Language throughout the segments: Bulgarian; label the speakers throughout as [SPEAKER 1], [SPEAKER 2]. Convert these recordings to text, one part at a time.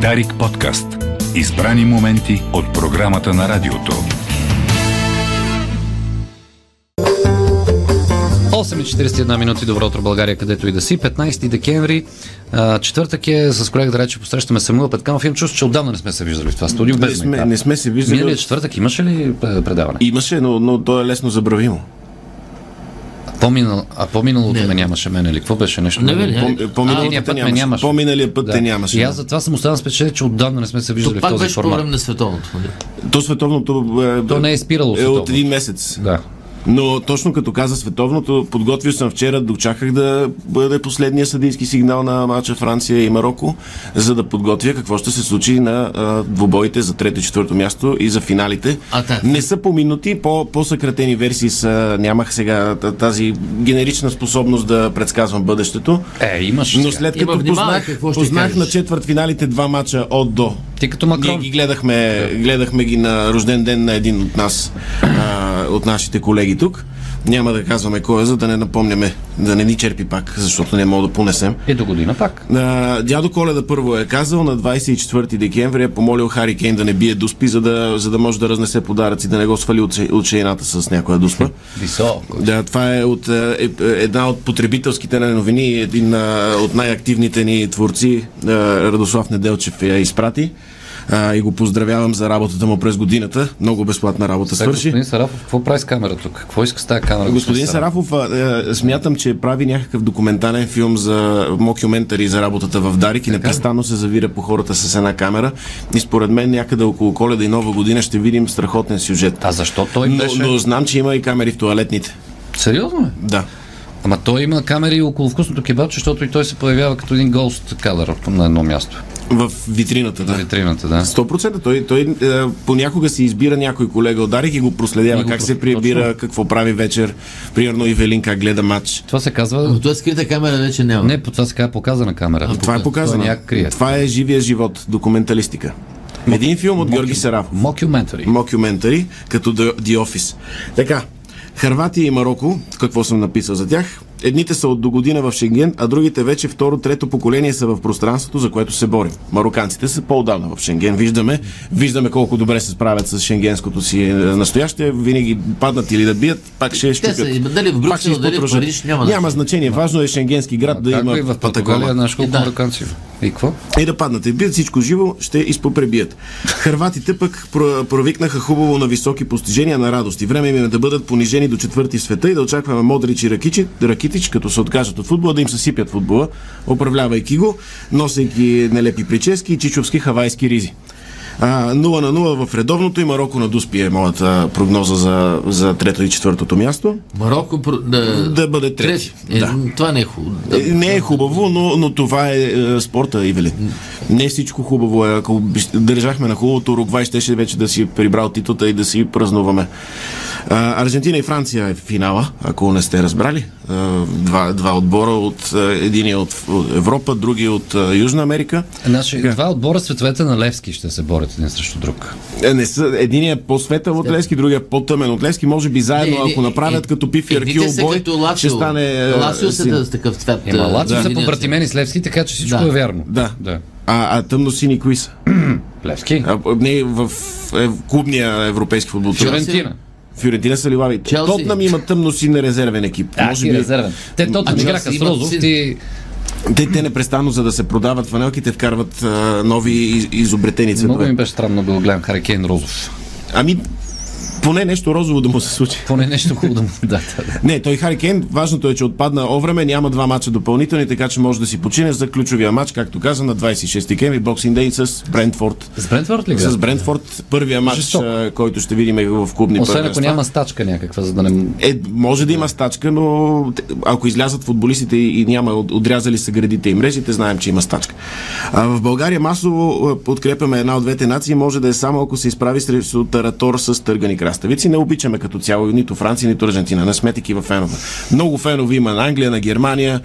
[SPEAKER 1] Дарик подкаст. Избрани моменти от програмата на радиото.
[SPEAKER 2] 8.41 минути, добро утро България, където и да си. 15 декември, а, четвъртък е, с колегата Рече посрещаме Самуил Петканов. Имам чувство, че отдавна не сме се виждали в това студио.
[SPEAKER 3] Не
[SPEAKER 2] Без
[SPEAKER 3] сме,
[SPEAKER 2] майтап.
[SPEAKER 3] не сме се виждали.
[SPEAKER 2] Миналия четвъртък имаше ли а, предаване?
[SPEAKER 3] Имаше, но, но то е лесно забравимо.
[SPEAKER 2] По-минал, а по-миналото
[SPEAKER 4] Не.
[SPEAKER 2] ме нямаше мен или какво беше нещо?
[SPEAKER 4] Не, бе, не.
[SPEAKER 3] По-
[SPEAKER 2] А,
[SPEAKER 3] По-миналия
[SPEAKER 2] миналия път
[SPEAKER 3] път,
[SPEAKER 2] ме
[SPEAKER 3] нямаше.
[SPEAKER 2] нямаше.
[SPEAKER 3] По-миналия път те нямаше.
[SPEAKER 2] И аз затова съм останал с впечатление, че отдавна не сме се виждали
[SPEAKER 4] То
[SPEAKER 2] в
[SPEAKER 4] пак
[SPEAKER 2] този
[SPEAKER 4] беше по време
[SPEAKER 2] формат.
[SPEAKER 4] на световното. нали?
[SPEAKER 3] То световното е,
[SPEAKER 2] То не е спирало
[SPEAKER 3] е от
[SPEAKER 2] световното.
[SPEAKER 3] един месец.
[SPEAKER 2] Да.
[SPEAKER 3] Но точно като каза световното, подготвил съм вчера, дочаках да бъде последния съдийски сигнал на мача Франция и Марокко, за да подготвя какво ще се случи на а, двубоите за трето и четвърто място и за финалите.
[SPEAKER 4] А, да.
[SPEAKER 3] Не са по минути, по, по-съкратени версии са, нямах сега т- тази генерична способност да предсказвам бъдещето.
[SPEAKER 2] Е, имаш.
[SPEAKER 3] Но
[SPEAKER 2] сега.
[SPEAKER 3] след
[SPEAKER 4] Има,
[SPEAKER 3] като
[SPEAKER 4] внимавай
[SPEAKER 3] познах,
[SPEAKER 4] какво ще
[SPEAKER 3] познах
[SPEAKER 4] кажеш.
[SPEAKER 3] на четвърт финалите два мача от до.
[SPEAKER 2] Ти като
[SPEAKER 3] Ние
[SPEAKER 2] Макрон.
[SPEAKER 3] ги гледахме, гледахме ги на рожден ден на един от нас, а, от нашите колеги тук. Няма да казваме кой е, за да не напомняме, да не ни черпи пак, защото не мога да понесем.
[SPEAKER 2] И Е, до година пак.
[SPEAKER 3] На дядо Коледа първо е казал, на 24 декември е помолил Хари Кейн да не бие дуспи, за да, за да може да разнесе подаръци, да не го свали от, ше- от шейната с някоя дуспа.
[SPEAKER 2] Високо.
[SPEAKER 3] Да, това е от е, е, една от потребителските ни новини, един а, от най-активните ни творци, а, Радослав Неделчев я изпрати. А, и го поздравявам за работата му през годината. Много безплатна работа
[SPEAKER 2] Сега,
[SPEAKER 3] свърши.
[SPEAKER 2] господин Сарафов, какво прави с камера тук? Какво иска с тази камера?
[SPEAKER 3] Господин Сарафов, а, е, смятам, че прави някакъв документален филм за мокюментари за работата в Дарик и непрестанно се завира по хората с една камера. И според мен някъде около коледа и нова година ще видим страхотен сюжет.
[SPEAKER 2] А защо той
[SPEAKER 3] Но,
[SPEAKER 2] беше?
[SPEAKER 3] но знам, че има и камери в туалетните.
[SPEAKER 2] Сериозно ли?
[SPEAKER 3] Да.
[SPEAKER 2] Ама той има камери около вкусното кебабче, защото и той се появява като един гост кадър на едно място.
[SPEAKER 3] В витрината, да.
[SPEAKER 2] На витрината, да.
[SPEAKER 3] 100%. Той, той е, понякога си избира някой колега от Дарик и го проследява
[SPEAKER 2] И го
[SPEAKER 3] как
[SPEAKER 2] прос-
[SPEAKER 3] се прибира, какво прави вечер. Примерно Ивелин как гледа матч.
[SPEAKER 2] Това се казва...
[SPEAKER 4] Но това скрита камера вече няма.
[SPEAKER 2] Не, по това се казва показана камера.
[SPEAKER 3] Това е показано.
[SPEAKER 2] Това някак крие.
[SPEAKER 3] Това е живия живот, документалистика. Един филм от Георги Сарафов.
[SPEAKER 2] Мокюментари.
[SPEAKER 3] Мокюментари, като The The Office. Така, Харватия и Марокко, какво съм написал за тях, едните са от до година в Шенген, а другите вече второ-трето поколение са в пространството, за което се борим. Мароканците са по-давно в Шенген, виждаме, виждаме колко добре се справят с шенгенското си е, настояще, винаги паднат или да бият, пак ще
[SPEAKER 4] Те
[SPEAKER 3] щупят.
[SPEAKER 4] са, и дали в
[SPEAKER 3] Пак ще
[SPEAKER 4] Брюксел, дали в
[SPEAKER 3] изпотрошат.
[SPEAKER 4] Париж, няма,
[SPEAKER 3] няма значение, важно е шенгенски град да
[SPEAKER 2] Както
[SPEAKER 3] има
[SPEAKER 2] и в
[SPEAKER 3] такова.
[SPEAKER 2] Португалия, знаеш колко
[SPEAKER 4] Да.
[SPEAKER 2] мароканци. И какво?
[SPEAKER 3] И Е, да паднат. И бият всичко живо, ще изпопребият. Хърватите пък про- провикнаха хубаво на високи постижения на радост. И време им е да бъдат понижени до четвърти в света и да очакваме Модрич и Ракичи, Ракитич, като се откажат от футбола, да им съсипят футбола, управлявайки го, носейки нелепи прически и чичовски хавайски ризи. А, 0 на 0 в редовното и Марокко на Дуспи е моята прогноза за, за трето и четвъртото място.
[SPEAKER 4] Марокко про- да,
[SPEAKER 3] Да бъде трети.
[SPEAKER 4] Е,
[SPEAKER 3] Да.
[SPEAKER 4] Това не е хубаво.
[SPEAKER 3] Е, Не е хубаво, но, но това е, е спорта, Ивелин. Не всичко хубаво е. Ако биш- държахме на хубавото, Уругвай щеше вече да си е прибрал титлата и да си празнуваме. А, Аржентина и Франция е в финала, ако не сте разбрали. А, Два, два отбора, от, а, един е от от Европа, други от а, Южна Америка.
[SPEAKER 2] Значи, два отбора световете на Левски ще се борят един срещу друг.
[SPEAKER 3] Е, Не са, един е по-светъл от Лески, другия е по-тъмен от Лески. Може би заедно,
[SPEAKER 4] Е, е,
[SPEAKER 3] ако направят
[SPEAKER 4] е,
[SPEAKER 3] като Пиф и
[SPEAKER 4] едните
[SPEAKER 3] Аркил
[SPEAKER 4] са
[SPEAKER 3] бой,
[SPEAKER 4] като Лацио.
[SPEAKER 3] ще стане... а,
[SPEAKER 4] Лацио са
[SPEAKER 3] син.
[SPEAKER 4] да, с такъв цвят.
[SPEAKER 2] Ема,
[SPEAKER 4] а,
[SPEAKER 2] Лацио
[SPEAKER 4] да.
[SPEAKER 2] са
[SPEAKER 4] линия
[SPEAKER 2] побратимени с Левски, така че всичко
[SPEAKER 4] Да.
[SPEAKER 2] е вярно.
[SPEAKER 3] Да.
[SPEAKER 2] да.
[SPEAKER 3] А, а тъмно-сини кои са?
[SPEAKER 2] Левски?
[SPEAKER 3] А, не, в е, клубния европейски футбол.
[SPEAKER 2] Фиорентина.
[SPEAKER 3] Фиорентина са лилави.
[SPEAKER 4] Челси.
[SPEAKER 3] Тотнам има тъмно си нерезервен екип.
[SPEAKER 2] А, ти е резервен. Те
[SPEAKER 4] А
[SPEAKER 2] тотно играха
[SPEAKER 4] Челси
[SPEAKER 2] с
[SPEAKER 4] имат
[SPEAKER 2] Розов
[SPEAKER 4] син.
[SPEAKER 2] и
[SPEAKER 3] Те, те непрестанно, за да се продават фанелките, вкарват а, нови из- изобретени
[SPEAKER 2] много
[SPEAKER 3] цветове.
[SPEAKER 2] ми беше странно да го гледам Харикейн Розов.
[SPEAKER 3] Ами, поне нещо розово да му се случи.
[SPEAKER 2] Поне нещо хубаво да му да, да, да.
[SPEAKER 3] Не, той Хари Кейн, важното е, че отпадна овреме, няма два мача допълнителни, така че може да си почине за ключовия матч, както каза, на 26 декември, Боксинг Дей с Брентфорд.
[SPEAKER 2] С Брентфорд ли?
[SPEAKER 3] С
[SPEAKER 2] С...
[SPEAKER 3] Брентфорд, първия матч,
[SPEAKER 2] Жестоко.
[SPEAKER 3] а, който ще видим е в клубни
[SPEAKER 2] Освен ако
[SPEAKER 3] първенства.
[SPEAKER 2] няма стачка някаква, за да не...
[SPEAKER 3] Е, може да има стачка, но те- ако излязат футболистите и и няма от- отрязали са градите и мрежите, знаем, че има стачка. А, в България масово а, подкрепяме една от двете нации, може да е само ако се изправи срещу таратор с търгани краставици. Не обичаме като цяло нито Франция, нито Аржентина. Не сме такива фенове. Много фенове има на Англия, на Германия.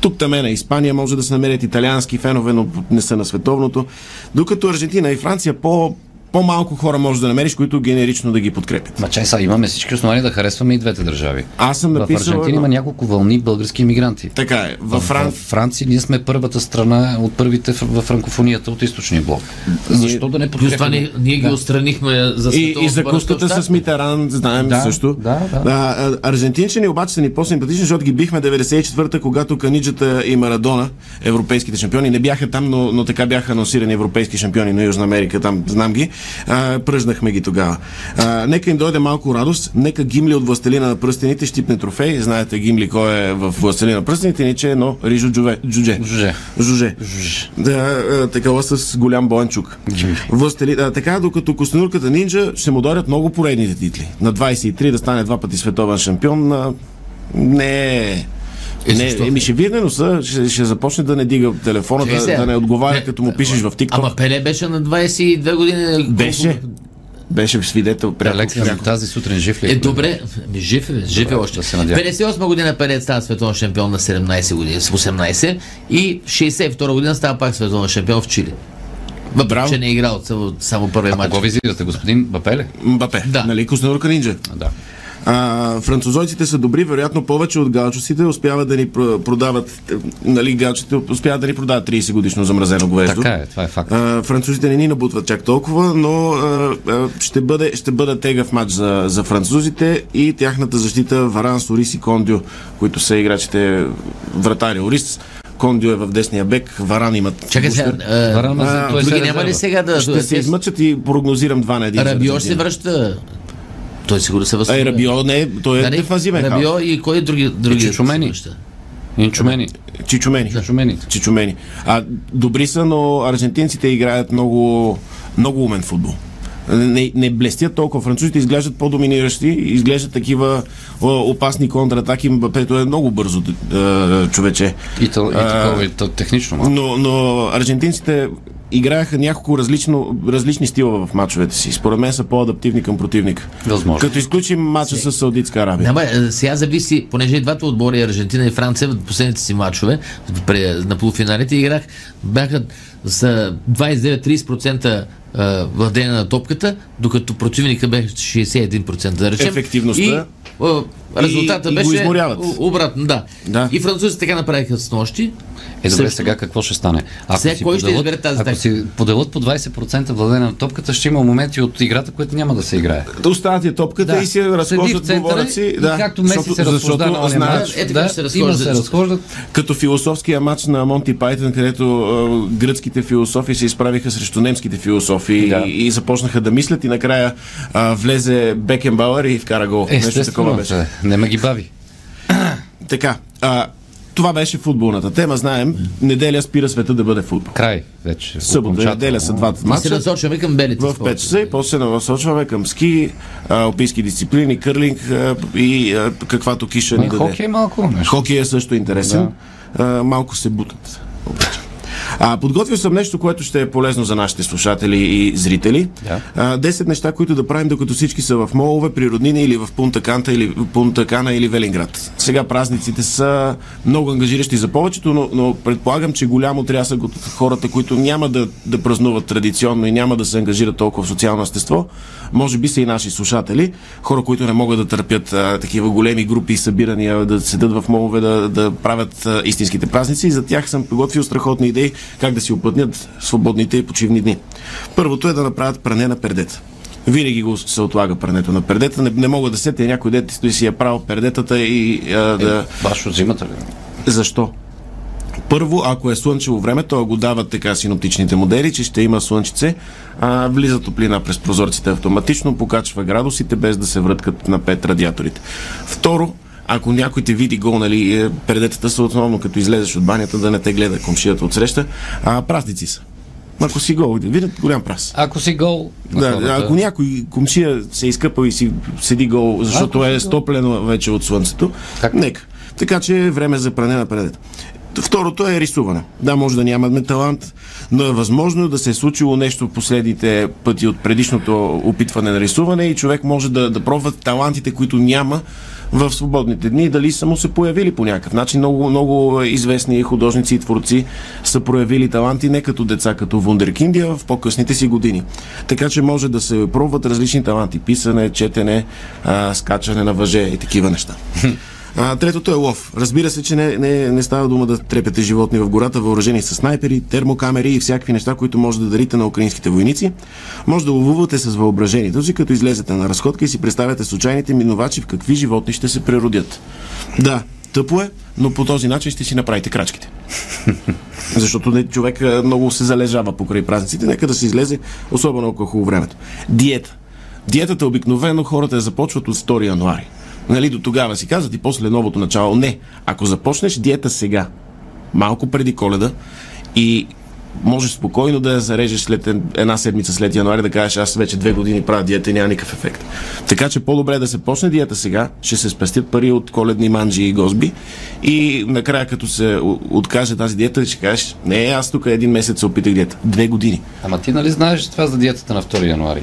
[SPEAKER 3] Тук таме на Испания може да се намерят италиански фенове, но не са на световното. Докато Аржентина и Франция по по-малко хора можеш да намериш, които генерично да ги подкрепят.
[SPEAKER 2] Ма чай сега, имаме всички основания да харесваме и двете държави.
[SPEAKER 3] Аз съм
[SPEAKER 2] В
[SPEAKER 3] написал...
[SPEAKER 2] Аржентина
[SPEAKER 3] едно-
[SPEAKER 2] има няколко вълни български иммигранти.
[SPEAKER 3] Така е. Във Фран...
[SPEAKER 2] В Франция ние сме първата страна от първите в в франкофонията от източния блок. Защо да не
[SPEAKER 4] Е, Плюс това
[SPEAKER 2] подкрепим?
[SPEAKER 4] ние, ние ги отстранихме за
[SPEAKER 3] И, и
[SPEAKER 4] световната
[SPEAKER 3] закуската с
[SPEAKER 4] първенство
[SPEAKER 3] Митеран, знаем
[SPEAKER 2] Да,
[SPEAKER 3] също.
[SPEAKER 2] да, да.
[SPEAKER 3] А, а, аржентинчани обаче са ни по-симпатични, защото ги бихме 94-та, когато Каниджата и Марадона, европейските шампиони, не бяха там, но, но така бяха анонсирани европейски шампиони на Южна Америка, там знам ги. А, пръжнахме ги тогава. А, нека им дойде малко радост, нека Гимли от Властелина на пръстените щипне трофей. Знаете Гимли кой е в Властелина на пръстените, ниче едно Рижо Джуве- Джудже.
[SPEAKER 2] Жже.
[SPEAKER 3] Жуже. Да, а, такава с голям боенчук. Властели, а, така, докато Костенурката Нинджа ще му дойдат много поредните титли. На 23 да стане два пъти световен шампион. А, не е. Не,
[SPEAKER 4] Е, защо?
[SPEAKER 3] еми ще вирне носа, ще, ще започне да не дига телефона,
[SPEAKER 4] Чакай
[SPEAKER 3] да,
[SPEAKER 4] сега.
[SPEAKER 3] да не отговаря,
[SPEAKER 4] Не,
[SPEAKER 3] като му пишеш в TikTok.
[SPEAKER 4] Ама Пеле беше на 22 години.
[SPEAKER 3] Беше. Беше свидетел. пряко-
[SPEAKER 2] Електрен
[SPEAKER 3] пряко.
[SPEAKER 2] Ами тази сутрин жив ли?
[SPEAKER 4] Е, добре, Ми, жив е, жив е още.
[SPEAKER 2] да се надявам.
[SPEAKER 4] 58 година Пеле става световен шампион на 17 години, с 18 и 62 година става пак световен шампион в Чили. Въпреки,
[SPEAKER 3] Браво.
[SPEAKER 4] че не е играл само- само първия
[SPEAKER 2] А
[SPEAKER 4] матч.
[SPEAKER 2] кого визирате, господин Бапеле?
[SPEAKER 3] Мбапе.
[SPEAKER 4] Да.
[SPEAKER 3] Нали, Костенурка Нинджа.
[SPEAKER 2] Да.
[SPEAKER 3] А, французойците са добри, вероятно повече от галчусите успяват да ни про- продават, е, нали, галчите успяват да ни продават 30 годишно замразено говеждо.
[SPEAKER 2] Така е, това е факт.
[SPEAKER 3] А, французите не ни набутват чак толкова, но а, а, ще, бъде, ще бъде тегав матч за, за французите и тяхната защита Варан, Сорис и Кондио, които са играчите вратари Орис. Кондио е в десния бек, Варан имат...
[SPEAKER 4] Чакай сега, е,
[SPEAKER 2] Варана, за-
[SPEAKER 3] а,
[SPEAKER 2] той се
[SPEAKER 4] други
[SPEAKER 2] резерва.
[SPEAKER 4] няма ли сега да...
[SPEAKER 3] Ще се
[SPEAKER 4] те-
[SPEAKER 3] измъчат и прогнозирам два на един. за
[SPEAKER 4] Рабио ще се
[SPEAKER 3] Аржентина.
[SPEAKER 4] връща. Той сигурно се възстанови.
[SPEAKER 3] Ай, Рабио не, той е
[SPEAKER 4] Да, не?
[SPEAKER 3] дефанзивен. халф.
[SPEAKER 4] Нали? Рабио и кой други? други
[SPEAKER 2] Чичумени. Инчумени.
[SPEAKER 3] Чичумени.
[SPEAKER 2] Чумени.
[SPEAKER 3] Чичумени. А, добри са, но аржентинците играят много, много умен футбол. Не, не блестят толкова. Французите изглеждат по-доминиращи, изглеждат такива а, опасни контратаки. Мбапето е много бързо а, човече.
[SPEAKER 2] И, то, и
[SPEAKER 3] А,
[SPEAKER 2] такова, и то, технично малко.
[SPEAKER 3] Но, но аржентинците играеха няколко различно, различни стила в мачовете си. Според мен са по-адаптивни към противника.
[SPEAKER 2] Възможно.
[SPEAKER 3] Като изключим мача с Саудитска Арабия.
[SPEAKER 4] Няма, е, сега зависи, понеже и двата отбора, и Аржентина и Франция, в последните си матчове при- на полуфиналите играх, бяха за 29-30% е, владение на топката, докато противника беше 61% да речем.
[SPEAKER 3] Ефективността.
[SPEAKER 4] И, е, резултата
[SPEAKER 3] И- и го
[SPEAKER 4] беше
[SPEAKER 3] изморяват.
[SPEAKER 4] у- обратно, да.
[SPEAKER 3] Да.
[SPEAKER 4] И французите така направиха с нощи.
[SPEAKER 2] Е, добре,
[SPEAKER 4] Също-
[SPEAKER 2] сега какво ще стане? Ако
[SPEAKER 4] Сега кой ще избере тази
[SPEAKER 2] Ако
[SPEAKER 4] тактика?
[SPEAKER 2] си поделят по 20% владение на топката, ще има моменти от играта, които няма да се играе.
[SPEAKER 3] Да оставят я топката
[SPEAKER 2] Да.
[SPEAKER 3] и си я
[SPEAKER 2] Седи в
[SPEAKER 3] разхождат
[SPEAKER 2] центъра
[SPEAKER 3] говорят си.
[SPEAKER 2] и
[SPEAKER 3] Да.
[SPEAKER 2] както Меси
[SPEAKER 3] защото,
[SPEAKER 2] се разхожда на
[SPEAKER 3] защото
[SPEAKER 2] ония
[SPEAKER 3] знаят,
[SPEAKER 2] мач,
[SPEAKER 4] Е, така
[SPEAKER 2] да,
[SPEAKER 4] ще се
[SPEAKER 2] има да
[SPEAKER 4] разхождат.
[SPEAKER 2] се разхождат.
[SPEAKER 3] Като философския матч на Монти Пайтън, където а, гръцките философи се изправиха срещу немските философи
[SPEAKER 2] Да.
[SPEAKER 3] да. и, и започнаха да мислят и накрая а, влезе Бекенбауер и вкара гол. Нещо такова
[SPEAKER 2] Е, Естествено,
[SPEAKER 3] беше.
[SPEAKER 2] бе. нема ги бави.
[SPEAKER 3] Така, а, това беше футболната тема, знаем. Неделя спира света да бъде футбол.
[SPEAKER 2] Край вече.
[SPEAKER 3] Събота и
[SPEAKER 2] окончателно.
[SPEAKER 3] неделя са двата
[SPEAKER 4] И се
[SPEAKER 3] матча.
[SPEAKER 4] насочваме към белите.
[SPEAKER 3] В 5 часа и после се насочваме към ски, а, алпийски дисциплини, кърлинг а, и а, каквато киша ни
[SPEAKER 2] Е,
[SPEAKER 3] даде.
[SPEAKER 2] Хокей малко нещо.
[SPEAKER 3] Хокей е също интересен. Да. А, малко се бутат. обаче. А, подготвил съм нещо, което ще е полезно за нашите слушатели и зрители.
[SPEAKER 2] Да.
[SPEAKER 3] А, 10 неща, които да правим, докато всички са в молове, при роднини или в Пунта, Канта, или, Пунта Кана или Велинград. Сега празниците са много ангажиращи за повечето, но, но предполагам, че голямо трясък от хората, които няма да, да празнуват традиционно и няма да се ангажират толкова в социално естество. Може би са и наши слушатели, хора, които не могат да търпят а, такива големи групи и събирания, да седат в молове, да, да правят а, истинските празници. И за тях съм приготвил страхотни идеи как да си опътнят свободните и почивни дни. Първото е да направят пране на пердета. Винаги го се отлага прането на пердета. Не, не мога да сетя някой дет стои си е правил пердетата и а, да...
[SPEAKER 2] Баш от зимата ли?
[SPEAKER 3] Защо? Първо, ако е слънчево време, то го дават така синоптичните модели, че ще има слънчице, а, влиза топлина през прозорците автоматично, покачва градусите, без да се връткат на пет радиаторите. Второ, ако някой те види гол, нали, е, предетата са основно, като излезеш от банята, да не те гледа комшията от среща, а празници са. Ако си гол, видят голям праз.
[SPEAKER 2] Ако си гол, на
[SPEAKER 3] Да,
[SPEAKER 2] хората-
[SPEAKER 3] ако някой комшия се е изкъпал и си седи гол, защото е стоплено вече от слънцето,
[SPEAKER 2] Как?
[SPEAKER 3] нека. Така че е време за пране на предета. Второто е рисуване. Да, може да нямаме талант, но е възможно да се е случило нещо в последните пъти от предишното опитване на рисуване и човек може да, да пробва талантите, които няма в свободните дни, дали са му се появили по някакъв начин. Много, много известни художници и творци са проявили таланти не като деца, като вундеркинди, а в по-късните си години. Така че може да се пробват различни таланти. Писане, четене, а, скачане на въже и такива неща. А, третото е лов. Разбира се, че не, не, не става дума да трепете животни в гората, въоръжени с снайпери, термокамери и всякакви неща, които може да дарите на украинските войници. Може да ловувате с въображението си, като излезете на разходка и си представяте случайните минувачи в какви животни ще се преродят. Да, тъпо е, но по този начин ще си направите крачките. Защото не- човек а, много се залежава покрай празниците. Нека да се излезе, особено ако е хубаво времето. Диета. Диетата обикновено хората я започват от 2 януари. Нали, до тогава си казват и после новото начало. Не. Ако започнеш диета сега, малко преди коледа и можеш спокойно да я зарежеш след ен- една седмица след януари да кажеш аз вече две години правя диета и няма никакъв ефект. Така че по-добре е да се почне диета сега, ще се спестят пари от коледни манджи и госби и накрая като се о- откаже тази диета ще кажеш не аз тук един месец се опитах диета. Две години.
[SPEAKER 2] Ама ти нали знаеш това за диетата на 2 януари?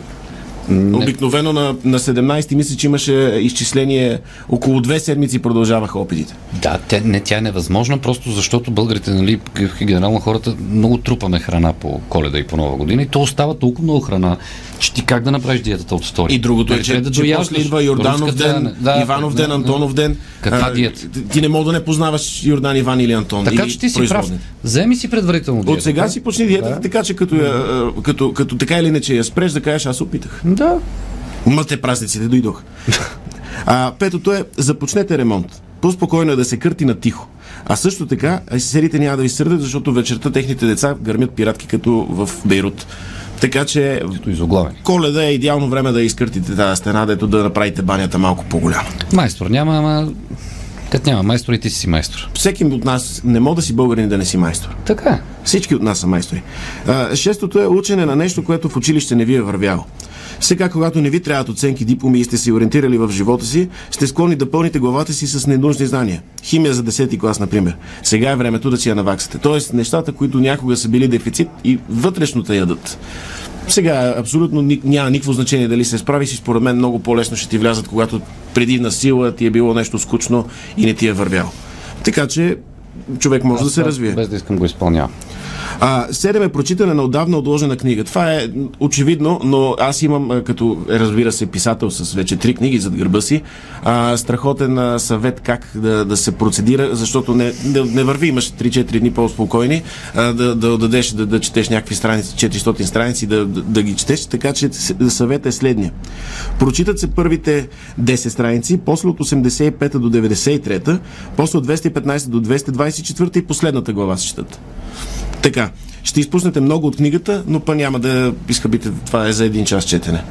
[SPEAKER 3] Обикновено на, на 17 мисля, че имаше изчисление около две седмици продължаваха опитите.
[SPEAKER 2] Да, те, не, тя е невъзможна, просто защото българите, нали, г- генерално хората много трупаме храна по коледа и по нова година и то остава толкова много храна, че ти как да направиш диетата от стори?
[SPEAKER 3] И другото е,
[SPEAKER 2] Нали,
[SPEAKER 3] че,
[SPEAKER 2] трябва да
[SPEAKER 3] че
[SPEAKER 2] дояждаш
[SPEAKER 3] после идва Йорданов
[SPEAKER 2] руската-
[SPEAKER 3] ден, Иванов ден,
[SPEAKER 2] да,
[SPEAKER 3] Антонов ден.
[SPEAKER 2] Каква
[SPEAKER 3] А,
[SPEAKER 2] диета?
[SPEAKER 3] ти- Ти не мога да не познаваш Йордан, Иван или Антон.
[SPEAKER 2] Така
[SPEAKER 3] или
[SPEAKER 2] че ти си прав.
[SPEAKER 3] производни.
[SPEAKER 2] Вземи си предварително диета.
[SPEAKER 3] От сега си почни диетата, така че като, я, а, като, като така или иначе я спреш, да кажеш аз опитах.
[SPEAKER 2] Да.
[SPEAKER 3] Ма те празниците дойдох. А, петото е, започнете ремонт. По-спокойно е да се кърти на тихо. А също така, серите няма да ви сърдят, защото вечерта техните деца гърмят пиратки като в Бейрут. Така че
[SPEAKER 2] То изоглавен.
[SPEAKER 3] Коледа е идеално време да изкъртите тази стена, дето да направите банята малко по-голяма.
[SPEAKER 2] Майстор няма, ама като няма майстор и ти си майстор.
[SPEAKER 3] Всеки от нас не може да си българин да не си майстор.
[SPEAKER 2] Така е.
[SPEAKER 3] Всички от нас са майстори. А, шестото е учене на нещо, което в училище не ви е вървяло. Сега, когато не ви трябват оценки, дипломи и сте се ориентирали в живота си, сте склонни да пълните главата си с ненужни знания. Химия за 10-ти клас, например. Сега е времето да си я наваксате. Тоест, нещата, които някога са били дефицит и вътрешно те ядат. Сега абсолютно ни- няма никакво значение дали се справиш и според мен много по-лесно ще ти влязат, когато преди на сила ти е било нещо скучно и не ти е вървяло. Така че човек може да се развие.
[SPEAKER 2] Без да искам го изпълнявам.
[SPEAKER 3] А, седем е прочитане на отдавна отложена книга. Това е м, очевидно, но аз имам, а, като е, разбира се, писател с вече три книги зад гърба си, а, страхотен а, съвет как да, да се процедира, защото не, не, не върви, имаш 3-4 дни по-спокойни, а, да, да дадеш, да, да четеш някакви страници, 400 страници, да, да, да ги четеш, така че с- съветът е следния. Прочитат се първите 10 страници, после от 85 до 93, после от 215 до 224 и последната глава се четат. Така, ще изпуснете много от книгата, но па няма да изхъбите. Това е за един час четене.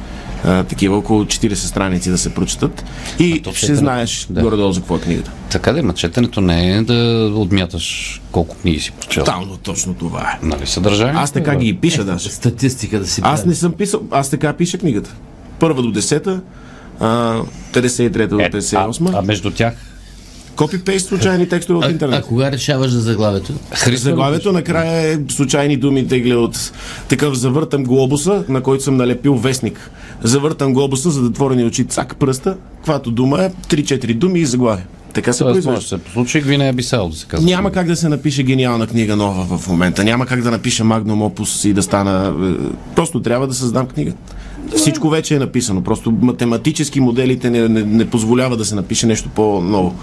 [SPEAKER 3] А, такива около 40 страници да се прочитат. И
[SPEAKER 2] то
[SPEAKER 3] ще
[SPEAKER 2] четене-
[SPEAKER 3] знаеш
[SPEAKER 2] да.
[SPEAKER 3] горе-долу за какво е книгата.
[SPEAKER 2] Така да има, четенето не е да отмяташ колко книги си прочел.
[SPEAKER 3] Тотално точно това е.
[SPEAKER 2] Нали, съдържание?
[SPEAKER 3] Аз така ги и пиша даже.
[SPEAKER 4] Статистика да си
[SPEAKER 3] Аз не съм писал, аз така пиша книгата. Първа до 10-та, а, 53-та до
[SPEAKER 2] Е, а, а
[SPEAKER 3] 58-та.
[SPEAKER 2] между тях
[SPEAKER 3] Копи-пейст случайни текстове от
[SPEAKER 4] А, а
[SPEAKER 3] интернет.
[SPEAKER 4] кога решаваш за заглавието?
[SPEAKER 2] Христо
[SPEAKER 3] Заглавието накрая е случайни думи тегля от такъв завъртам глобуса, на който съм налепил вестник. Завъртам глобуса, за да отворени очи цак пръста, каквато дума е 3-4 думи и заглавие. Така се
[SPEAKER 2] Тоест, може да
[SPEAKER 3] произвежда.
[SPEAKER 2] се послучи Гвинея Бисао, е да се казва.
[SPEAKER 3] Няма как да се напише гениална книга нова в момента. Няма как да напиша Magnum Opus и да стана... е, Просто трябва да създам книга. Всичко вече е написано. Просто математически моделите не, не, не позволява да се напише нещо по-ново.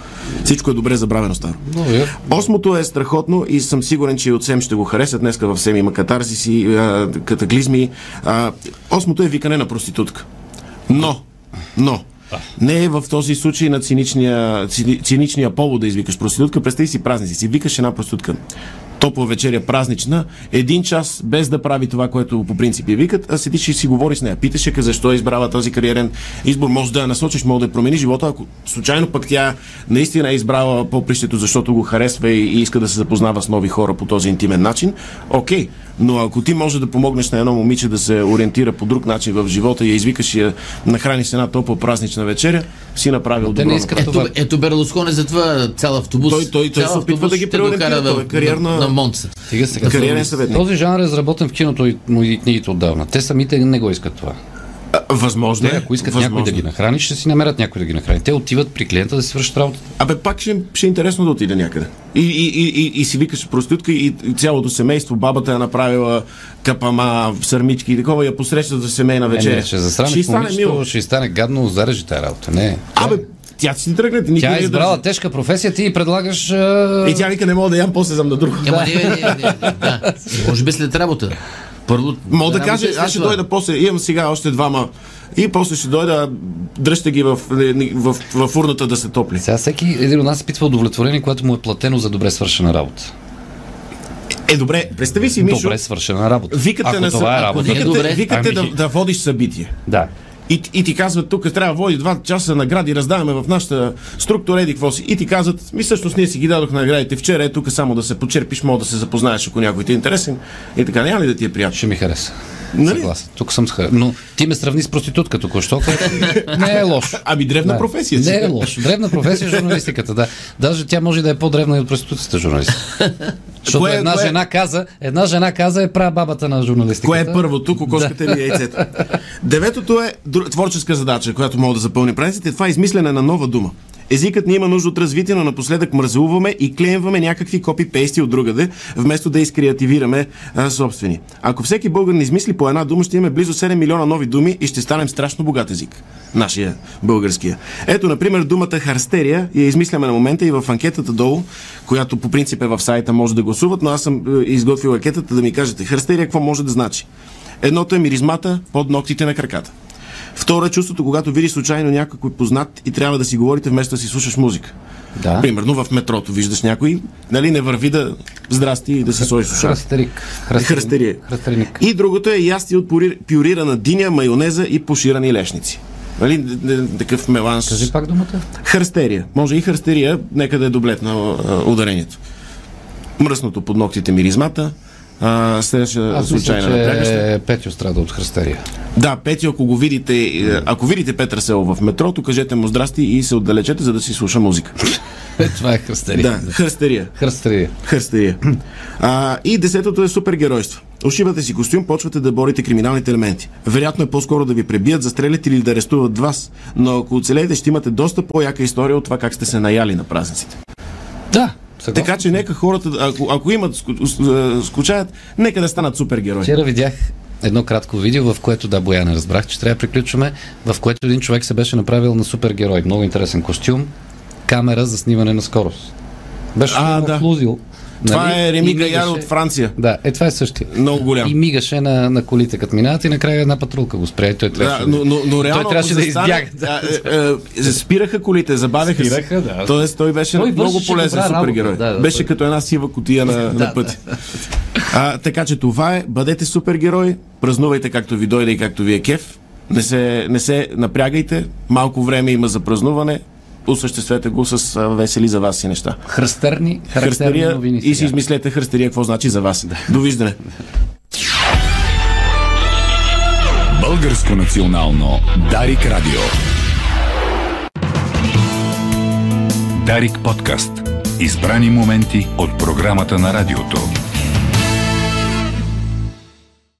[SPEAKER 3] Всичко е добре забравено старо.
[SPEAKER 2] Много яко.
[SPEAKER 3] Осмото е страхотно и съм сигурен, че и от СЕМ ще го харесат. Днеска в СЕМ има катарзиси, а, катаклизми. А, Осмото е викане на проститутка. Но, но, не е в този случай на циничния, цини- циничния повод да извикаш проститутка. Представи си празници, си викаш една проститутка. Топла вечеря празнична, един час без да прави това, което по принцип я викат, а седиш и си говори с нея. Питаш я защо е избрала този кариерен избор. Може да я насочиш, може да я промени живота, ако случайно пък тя наистина е избрала попрището, защото го харесва и и иска да се запознава с нови хора по този интимен начин. Окей, но ако ти може да помогнеш на едно момиче да се ориентира по друг начин в живота и я извикаш и я нахраниш с една топла празнична вечеря, си направил
[SPEAKER 2] Те
[SPEAKER 3] добро.
[SPEAKER 2] не
[SPEAKER 3] на
[SPEAKER 2] искат това.
[SPEAKER 4] Ето, ето Берлускони за това цял автобус.
[SPEAKER 3] Той- той- той
[SPEAKER 4] цял
[SPEAKER 3] се опитва
[SPEAKER 4] автобус
[SPEAKER 3] да ги
[SPEAKER 4] ще
[SPEAKER 3] преориентира,
[SPEAKER 4] докара
[SPEAKER 3] той е кариерна-
[SPEAKER 4] на, на Монца.
[SPEAKER 2] Стига сега.
[SPEAKER 3] Кариерен съветник.
[SPEAKER 2] Този жанр е заработен в киното и, но и книгите отдавна. Те самите не го искат това.
[SPEAKER 3] Възможно е.
[SPEAKER 2] Не, ако искат
[SPEAKER 3] възможно. е.
[SPEAKER 2] някой да ги нахрани, ще си намерят някой да ги нахрани. Те отиват при клиента да си свършат работата.
[SPEAKER 3] Абе, пак ще, ще е интересно да отида някъде. И, и, и, и, и си викаш проститутка и и цялото семейство, бабата е направила капама, сърмички и такова, я посрещат за семейна
[SPEAKER 2] Е,
[SPEAKER 3] вечеря.
[SPEAKER 2] не, ще засраме
[SPEAKER 3] ще й стане мило.
[SPEAKER 2] момичето, ще й стане гадно, зарежи тази работа. Не.
[SPEAKER 3] Абе, тя си тръгне, ти никой
[SPEAKER 2] Тя
[SPEAKER 3] не
[SPEAKER 2] е
[SPEAKER 3] я
[SPEAKER 2] избрала тежка професия, ти й предлагаш...
[SPEAKER 3] държи.
[SPEAKER 2] А...
[SPEAKER 3] И тя вика, не мога да ям, после съм на друг.
[SPEAKER 2] Е,
[SPEAKER 4] Ема, не, не, не, не, да. Може би след работа. Първо.
[SPEAKER 3] Мога да
[SPEAKER 2] ами
[SPEAKER 4] работа
[SPEAKER 3] кажа,
[SPEAKER 4] и след
[SPEAKER 3] аз ще
[SPEAKER 4] това.
[SPEAKER 3] дойда после, имам сега още двама. И после ще дойда, дръжте ги в, в, в, в урната да се топли.
[SPEAKER 2] Сега всеки един от нас изпитва удовлетворение, което му е платено за добре свършена работа.
[SPEAKER 3] Е, добре, представи си, Мишо,
[SPEAKER 2] Добре свършена работа.
[SPEAKER 3] викате
[SPEAKER 2] Ако
[SPEAKER 3] на съ-
[SPEAKER 2] това е
[SPEAKER 4] ако
[SPEAKER 2] работа.
[SPEAKER 4] не е
[SPEAKER 3] викате,
[SPEAKER 4] добре,
[SPEAKER 3] викате
[SPEAKER 2] ами-
[SPEAKER 3] да, да водиш събитие.
[SPEAKER 2] Да.
[SPEAKER 3] И, и ти казват, тук трябва да води два часа награди, раздаваме в нашата структура, еди какво си. И ти казват, ми всъщност ние си ги дадохме наградите вчера, е тук само да се почерпиш, мога да се запознаеш, ако някой ти е интересен. И така, няма ли да ти е приятно?
[SPEAKER 2] Ще ми хареса.
[SPEAKER 3] Нали?
[SPEAKER 2] Съгласен. Тук съм с хар... Но ти ме сравни с проститутка току-що, което не е лошо.
[SPEAKER 3] Ами древна
[SPEAKER 2] Да.
[SPEAKER 3] професия си.
[SPEAKER 2] Не е лошо. Древна професия е журналистиката, да. Даже тя може да е по-древна и от проституцията журналист. Защото
[SPEAKER 3] Кое е-
[SPEAKER 2] една
[SPEAKER 3] кое е-
[SPEAKER 2] жена каза, една жена каза е пра бабата на журналистиката.
[SPEAKER 3] Кое е първото, кокошката или яйцето? Деветото е дру- творческа задача, която мога да запълни пресите. Това е измислене на нова дума. Езикът ни има нужда от развитие, но напоследък мързелуваме и клеенваме някакви копи-пейсти от другаде, вместо да изкреативираме а, собствени. Ако всеки българин измисли по една дума, ще имаме близо 7 милиона нови думи и ще станем страшно богат език. Нашия българския. Ето, например, думата харстерия я измисляме на момента и в анкетата долу, която по принцип е в сайта, може да гласуват, но аз съм е, изготвил анкетата да ми кажете харстерия какво може да значи. Едното е миризмата под ногтите на краката. Второ е чувството, когато видиш случайно някой познат и трябва да си говорите вместо да си слушаш музика.
[SPEAKER 2] Да.
[SPEAKER 3] Примерно в метрото виждаш някой, нали не върви да здрасти и да се сложиш слушалки.
[SPEAKER 2] Хръстерик.
[SPEAKER 3] Хръстерия.
[SPEAKER 2] Хръстерник.
[SPEAKER 3] И другото е ясти от пюри- пюрирана диня, майонеза и поширани лешници. Нали, д- д- такъв меланс.
[SPEAKER 2] Кажи пак думата.
[SPEAKER 3] Харстерия. Може и харстерия, нека да е доблет на а, ударението. Мръсното под ногтите миризмата, а, следваща
[SPEAKER 2] Аз мисля,
[SPEAKER 3] случайна напрягаща.
[SPEAKER 2] че Петю страда от хръстерия.
[SPEAKER 3] Да, Петю, ако го видите, е, ако видите Петър Село в метрото, кажете му здрасти и се отдалечете, за да си слуша музика.
[SPEAKER 2] Това е хръстерия.
[SPEAKER 3] да, хърстерия.
[SPEAKER 2] Хръстерия.
[SPEAKER 3] Хърстерия. е. А, и десетото е супергеройство. Ушивате си костюм, почвате да борите криминалните елементи. Вероятно е по-скоро да ви пребият, застрелят или да арестуват вас, но ако оцелеете, ще имате доста по-яка история от това как сте се наяли на празниците.
[SPEAKER 2] Да. Съгласен.
[SPEAKER 3] Така че нека хората, ако, ако имат ску- с- а, скучаят, нека да станат супергерои.
[SPEAKER 2] Вчера видях едно кратко видео, в което, да, Бояне, разбрах, че трябва да приключваме, в което един човек се беше направил на супергерой. Много интересен костюм, камера за снимане на скорост. Беше
[SPEAKER 3] А,
[SPEAKER 2] а, да.
[SPEAKER 3] да.
[SPEAKER 2] Лузил,
[SPEAKER 3] Това
[SPEAKER 2] нали?
[SPEAKER 3] е Реми Гаяр
[SPEAKER 2] Гаяр
[SPEAKER 3] от Франция.
[SPEAKER 2] Да, е това е същия.
[SPEAKER 3] Много голям.
[SPEAKER 2] И мигаше на, на колите, като минават и накрая една патрулка го спря и той трябваше
[SPEAKER 3] Да, но, но, но реално,
[SPEAKER 2] той трябваше
[SPEAKER 3] ако
[SPEAKER 2] да
[SPEAKER 3] застане,
[SPEAKER 2] избяга. Да.
[SPEAKER 3] а, е, е, спираха колите, забавяха се.
[SPEAKER 2] Спираха, да.
[SPEAKER 3] Тоест той беше
[SPEAKER 2] Той
[SPEAKER 3] той много
[SPEAKER 2] вършеше
[SPEAKER 3] полезен
[SPEAKER 2] добра работа,
[SPEAKER 3] супергерой.
[SPEAKER 2] да, да,
[SPEAKER 3] беше
[SPEAKER 2] той-
[SPEAKER 3] като една сива котия на, на пъти. А, така че това е, бъдете супергерой, празнувайте както ви дойде и както ви е кеф. Не се, не се напрягайте, малко време има за празнуване, осъществете го с а, весели за вас си неща.
[SPEAKER 2] Хръстърни, характерни
[SPEAKER 3] Хърстерия
[SPEAKER 2] новини
[SPEAKER 3] и си
[SPEAKER 2] сега.
[SPEAKER 3] измислете хърстерия какво значи за вас. Довиждане.
[SPEAKER 1] Българско национално Дарик радио. Дарик подкаст. Избрани моменти от програмата на радиото.